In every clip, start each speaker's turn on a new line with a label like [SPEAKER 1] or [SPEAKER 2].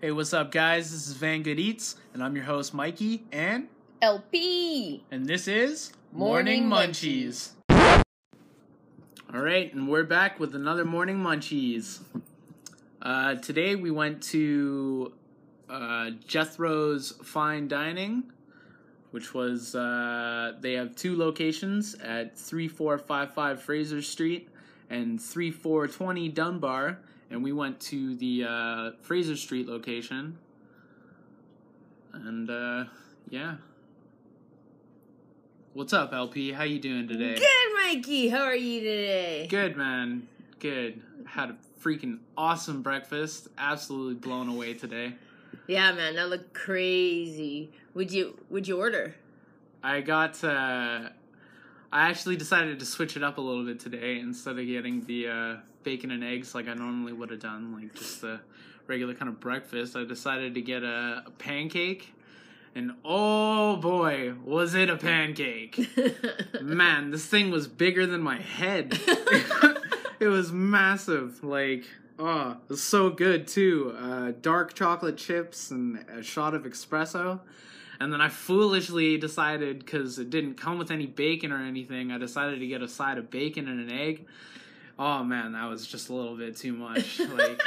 [SPEAKER 1] Hey, what's up, guys? This is Van Good Eats, and I'm your host, Mikey, and
[SPEAKER 2] LP.
[SPEAKER 1] and this is
[SPEAKER 2] Morning Munchies.
[SPEAKER 1] All right, and we're back with another Morning Munchies. Uh, today we went to uh, Jethro's Fine Dining, which was uh, they have two locations at 3455 Fraser Street and 3420 Dunbar, and we went to the uh, Fraser Street location. And uh, yeah. What's up, LP? How you doing today?
[SPEAKER 2] Good, Mikey. How are you today?
[SPEAKER 1] Good, man. Good. Had a freaking awesome breakfast. Absolutely blown away today.
[SPEAKER 2] Yeah, man, that looked crazy. Would you Would you order?
[SPEAKER 1] I got. Uh, I actually decided to switch it up a little bit today instead of getting the uh, bacon and eggs like I normally would have done, like just the regular kind of breakfast. I decided to get a, a pancake, and oh boy, was it a pancake! man, this thing was bigger than my head. it was massive. Like, oh, it was so good too. Uh, dark chocolate chips and a shot of espresso. And then I foolishly decided, because it didn't come with any bacon or anything, I decided to get a side of bacon and an egg. Oh man, that was just a little bit too much. Like,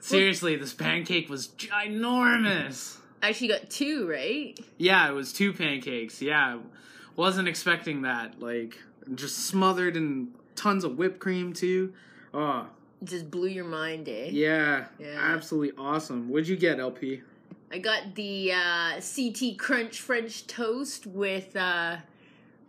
[SPEAKER 1] seriously, this pancake was ginormous.
[SPEAKER 2] Actually, got two, right?
[SPEAKER 1] Yeah, it was two pancakes. Yeah, wasn't expecting that. Like, just smothered in tons of whipped cream too. Oh,
[SPEAKER 2] Just blew your mind, eh?
[SPEAKER 1] yeah,
[SPEAKER 2] Yeah.
[SPEAKER 1] absolutely awesome. What'd you get, LP?
[SPEAKER 2] I got the uh, CT Crunch French toast with. Uh,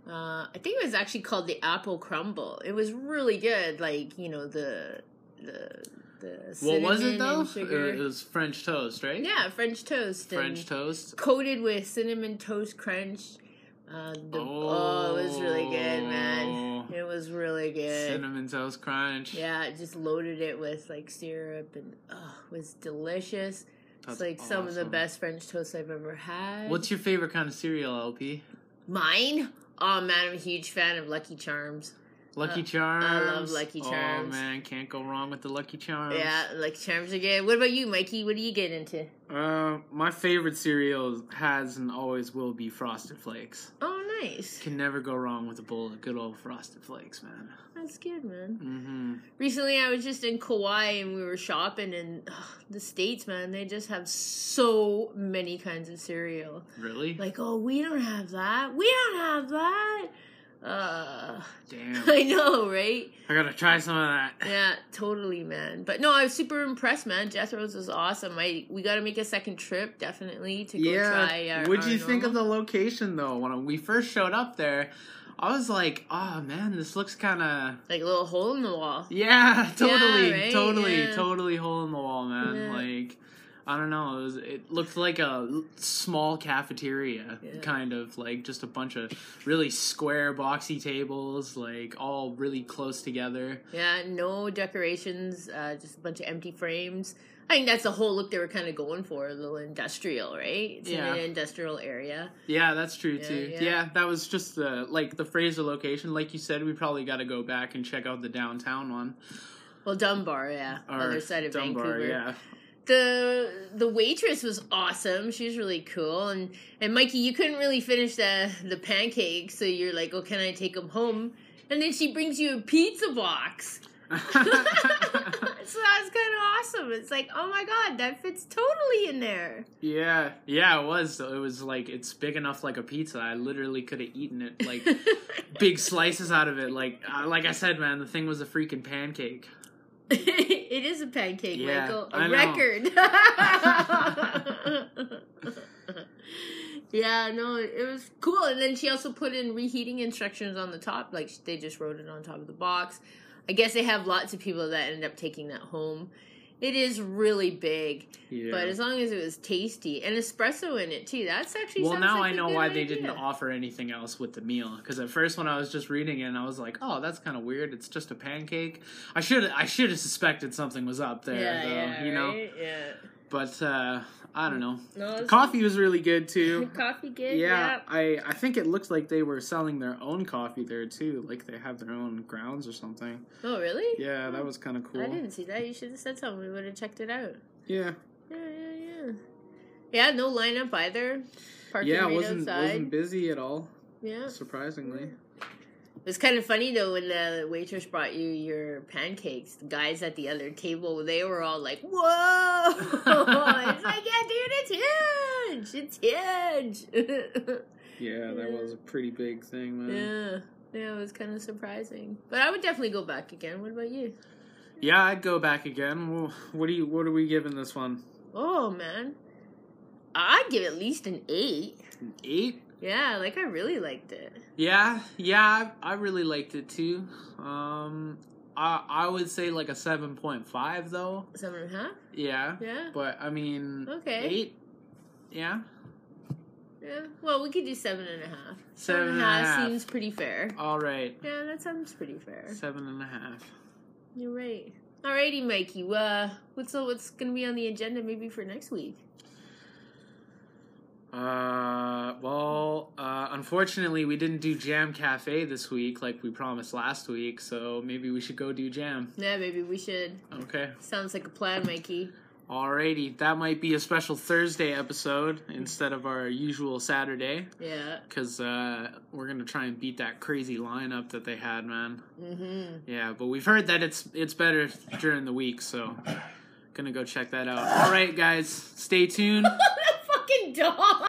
[SPEAKER 2] uh, I think it was actually called the apple crumble. It was really good. Like you know the the the.
[SPEAKER 1] What was it
[SPEAKER 2] cinnamon and
[SPEAKER 1] though?
[SPEAKER 2] sugar.
[SPEAKER 1] It was French toast, right?
[SPEAKER 2] yeah, French toast. and-
[SPEAKER 1] French toast.
[SPEAKER 2] coated with cinnamon toast crunch. Uh, the, oh. it was really good, man.
[SPEAKER 1] Oh.
[SPEAKER 2] It was really good.
[SPEAKER 1] Cinnamon toast crunch.
[SPEAKER 2] Yeah, it just loaded it with like syrup and oh, it was delicious.
[SPEAKER 1] That's
[SPEAKER 2] it's like some of the
[SPEAKER 1] awesome.
[SPEAKER 2] best French toast I've ever had.
[SPEAKER 1] What's your favorite kind of cereal, LP?
[SPEAKER 2] mine? Oh man, I'm a huge fan of Lucky Charms.
[SPEAKER 1] Lucky
[SPEAKER 2] Uh,
[SPEAKER 1] Charms.
[SPEAKER 2] Lucky
[SPEAKER 1] Oh
[SPEAKER 2] Charms.
[SPEAKER 1] man, can't go wrong with the Lucky Charms.
[SPEAKER 2] Yeah, Lucky Charms are good. What about you, Mikey? What do you get into?
[SPEAKER 1] Uh, my favorite cereal has and always will be Frosted Flakes.
[SPEAKER 2] Oh, nice.
[SPEAKER 1] Can never go wrong with a bowl of good old Frosted Flakes, man.
[SPEAKER 2] That's good, man.
[SPEAKER 1] Mm-hmm.
[SPEAKER 2] Recently, I was just in Kauai and we were shopping, and ugh, the states, man, they just have so many kinds of cereal.
[SPEAKER 1] Really?
[SPEAKER 2] Like, oh, we don't have that. We don't have that. Uh,
[SPEAKER 1] Damn.
[SPEAKER 2] I know, right?
[SPEAKER 1] I gotta try some of that.
[SPEAKER 2] Yeah, totally, man. But no, I was super impressed, man. Jethro's was awesome. I we got to make a second trip definitely to go try. uh, Our,
[SPEAKER 1] What'd
[SPEAKER 2] our
[SPEAKER 1] you think of the
[SPEAKER 2] normal-
[SPEAKER 1] location though? When we first showed up there, I was like, "Oh man, this looks kind of
[SPEAKER 2] like little hole in the wall?
[SPEAKER 1] yeah, totally,
[SPEAKER 2] right?
[SPEAKER 1] totally,
[SPEAKER 2] Yeah.
[SPEAKER 1] totally hole in the wall, man.
[SPEAKER 2] Yeah.
[SPEAKER 1] Like." I don't know. It, was, it looked like a l- small cafeteria,
[SPEAKER 2] Yeah.
[SPEAKER 1] kind of like just a bunch of really square, boxy tables, like all really close together.
[SPEAKER 2] Yeah, no decorations, uh, just a bunch of empty frames. I think that's the whole look they were kind of going for, a little industrial, right? It's
[SPEAKER 1] Yeah.
[SPEAKER 2] in an industrial area.
[SPEAKER 1] Yeah, that's true
[SPEAKER 2] Yeah,
[SPEAKER 1] too. Yeah.
[SPEAKER 2] yeah.
[SPEAKER 1] that was just the like the Fraser location. Like you said, we probably got to go back and check out the downtown one.
[SPEAKER 2] Well, Dunbar, yeah,
[SPEAKER 1] Or
[SPEAKER 2] other side of
[SPEAKER 1] Dunbar,
[SPEAKER 2] Vancouver.
[SPEAKER 1] Yeah,
[SPEAKER 2] The the waitress was awesome. She was really cool, and and Mikey, you couldn't really finish the the pancakes, so you're like, oh, can I take them home? And then she brings you a pizza box. so that was kind of awesome. It's like, oh my god, that fits totally in there.
[SPEAKER 1] yeah, yeah. It was. It was like it's big enough like a pizza. I literally could have eaten it like big slices out of it. Like uh, like I said, man, the thing was a freaking pancake.
[SPEAKER 2] it is a pancake,
[SPEAKER 1] Yeah,
[SPEAKER 2] Michael.
[SPEAKER 1] I
[SPEAKER 2] A
[SPEAKER 1] know.
[SPEAKER 2] record. yeah, no, it was cool. And then she also put in reheating instructions on the top. Like they just wrote it on top of the box. I guess they have lots of people that end up taking that home. It is really big,
[SPEAKER 1] Yeah.
[SPEAKER 2] but as long as it was tasty and espresso in it too, that's actually.
[SPEAKER 1] well,
[SPEAKER 2] sounds
[SPEAKER 1] now
[SPEAKER 2] like
[SPEAKER 1] I
[SPEAKER 2] a
[SPEAKER 1] know
[SPEAKER 2] good
[SPEAKER 1] why they
[SPEAKER 2] idea.
[SPEAKER 1] didn't offer anything else with the meal. Because at first, when I was just reading it, and I was like, "Oh, that's kind of weird. It's just a pancake." I should I should have suspected something was up there,
[SPEAKER 2] Yeah,
[SPEAKER 1] though.
[SPEAKER 2] yeah,
[SPEAKER 1] you know.
[SPEAKER 2] right? yeah.
[SPEAKER 1] But uh, I don't know.
[SPEAKER 2] No,
[SPEAKER 1] The
[SPEAKER 2] it's-
[SPEAKER 1] coffee was really good too.
[SPEAKER 2] coffee
[SPEAKER 1] Yeah,
[SPEAKER 2] good. yep.
[SPEAKER 1] I I think it looked like they were selling their own coffee there too. Like they have their own grounds or something.
[SPEAKER 2] Oh, really?
[SPEAKER 1] Yeah, that was kind of cool.
[SPEAKER 2] I didn't see that. You should have said something. We would have checked it out.
[SPEAKER 1] Yeah,
[SPEAKER 2] Yeah, yeah, Yeah. Yeah, no lineup either. Parking
[SPEAKER 1] yeah,
[SPEAKER 2] right
[SPEAKER 1] wasn't
[SPEAKER 2] outside.
[SPEAKER 1] wasn't busy at all,
[SPEAKER 2] yeah.
[SPEAKER 1] surprisingly.
[SPEAKER 2] It was kind of funny though when the waitress brought you your pancakes. The guys at the other table, they were all like, "Whoa!" it's like, "Yeah, dude, it's huge! It's huge!"
[SPEAKER 1] Yeah, that was a pretty big thing, man.
[SPEAKER 2] yeah, yeah, it was kind of surprising. But I would definitely go back again. What about you?
[SPEAKER 1] Yeah, I'd go back again. Well, What do you? What are we giving this one?
[SPEAKER 2] Oh man, I'd give at least an eight.
[SPEAKER 1] An eight?
[SPEAKER 2] Yeah, like I really liked it.
[SPEAKER 1] Yeah, yeah. I I really liked it too. Um, I I would say like a seven point five though.
[SPEAKER 2] Seven and a half.
[SPEAKER 1] Yeah,
[SPEAKER 2] Yeah,
[SPEAKER 1] but I mean,
[SPEAKER 2] Okay.
[SPEAKER 1] eight. Yeah,
[SPEAKER 2] yeah. Well, we could do seven and a half.
[SPEAKER 1] seven and a half.
[SPEAKER 2] seems pretty fair.
[SPEAKER 1] All right,
[SPEAKER 2] Yeah, that sounds pretty fair.
[SPEAKER 1] seven and a half.
[SPEAKER 2] You're right. Alrighty, Mikey. Uh, what's what's gonna be on the agenda maybe for next week?
[SPEAKER 1] Uh, well, uh, unfortunately, we didn't do Jam Cafe this week like we promised last week, so maybe we should go do Jam.
[SPEAKER 2] Yeah, maybe we should.
[SPEAKER 1] Okay.
[SPEAKER 2] Sounds like a plan, Mikey.
[SPEAKER 1] Alrighty, that might be a special Thursday episode instead of our usual Saturday,
[SPEAKER 2] Yeah.
[SPEAKER 1] because uh, we're gonna try and beat that crazy lineup that they had, man.
[SPEAKER 2] Mm-hmm.
[SPEAKER 1] Yeah, but we've heard that it's it's better during the week, so gonna go check that out. All right, guys, stay tuned.
[SPEAKER 2] that fucking dog.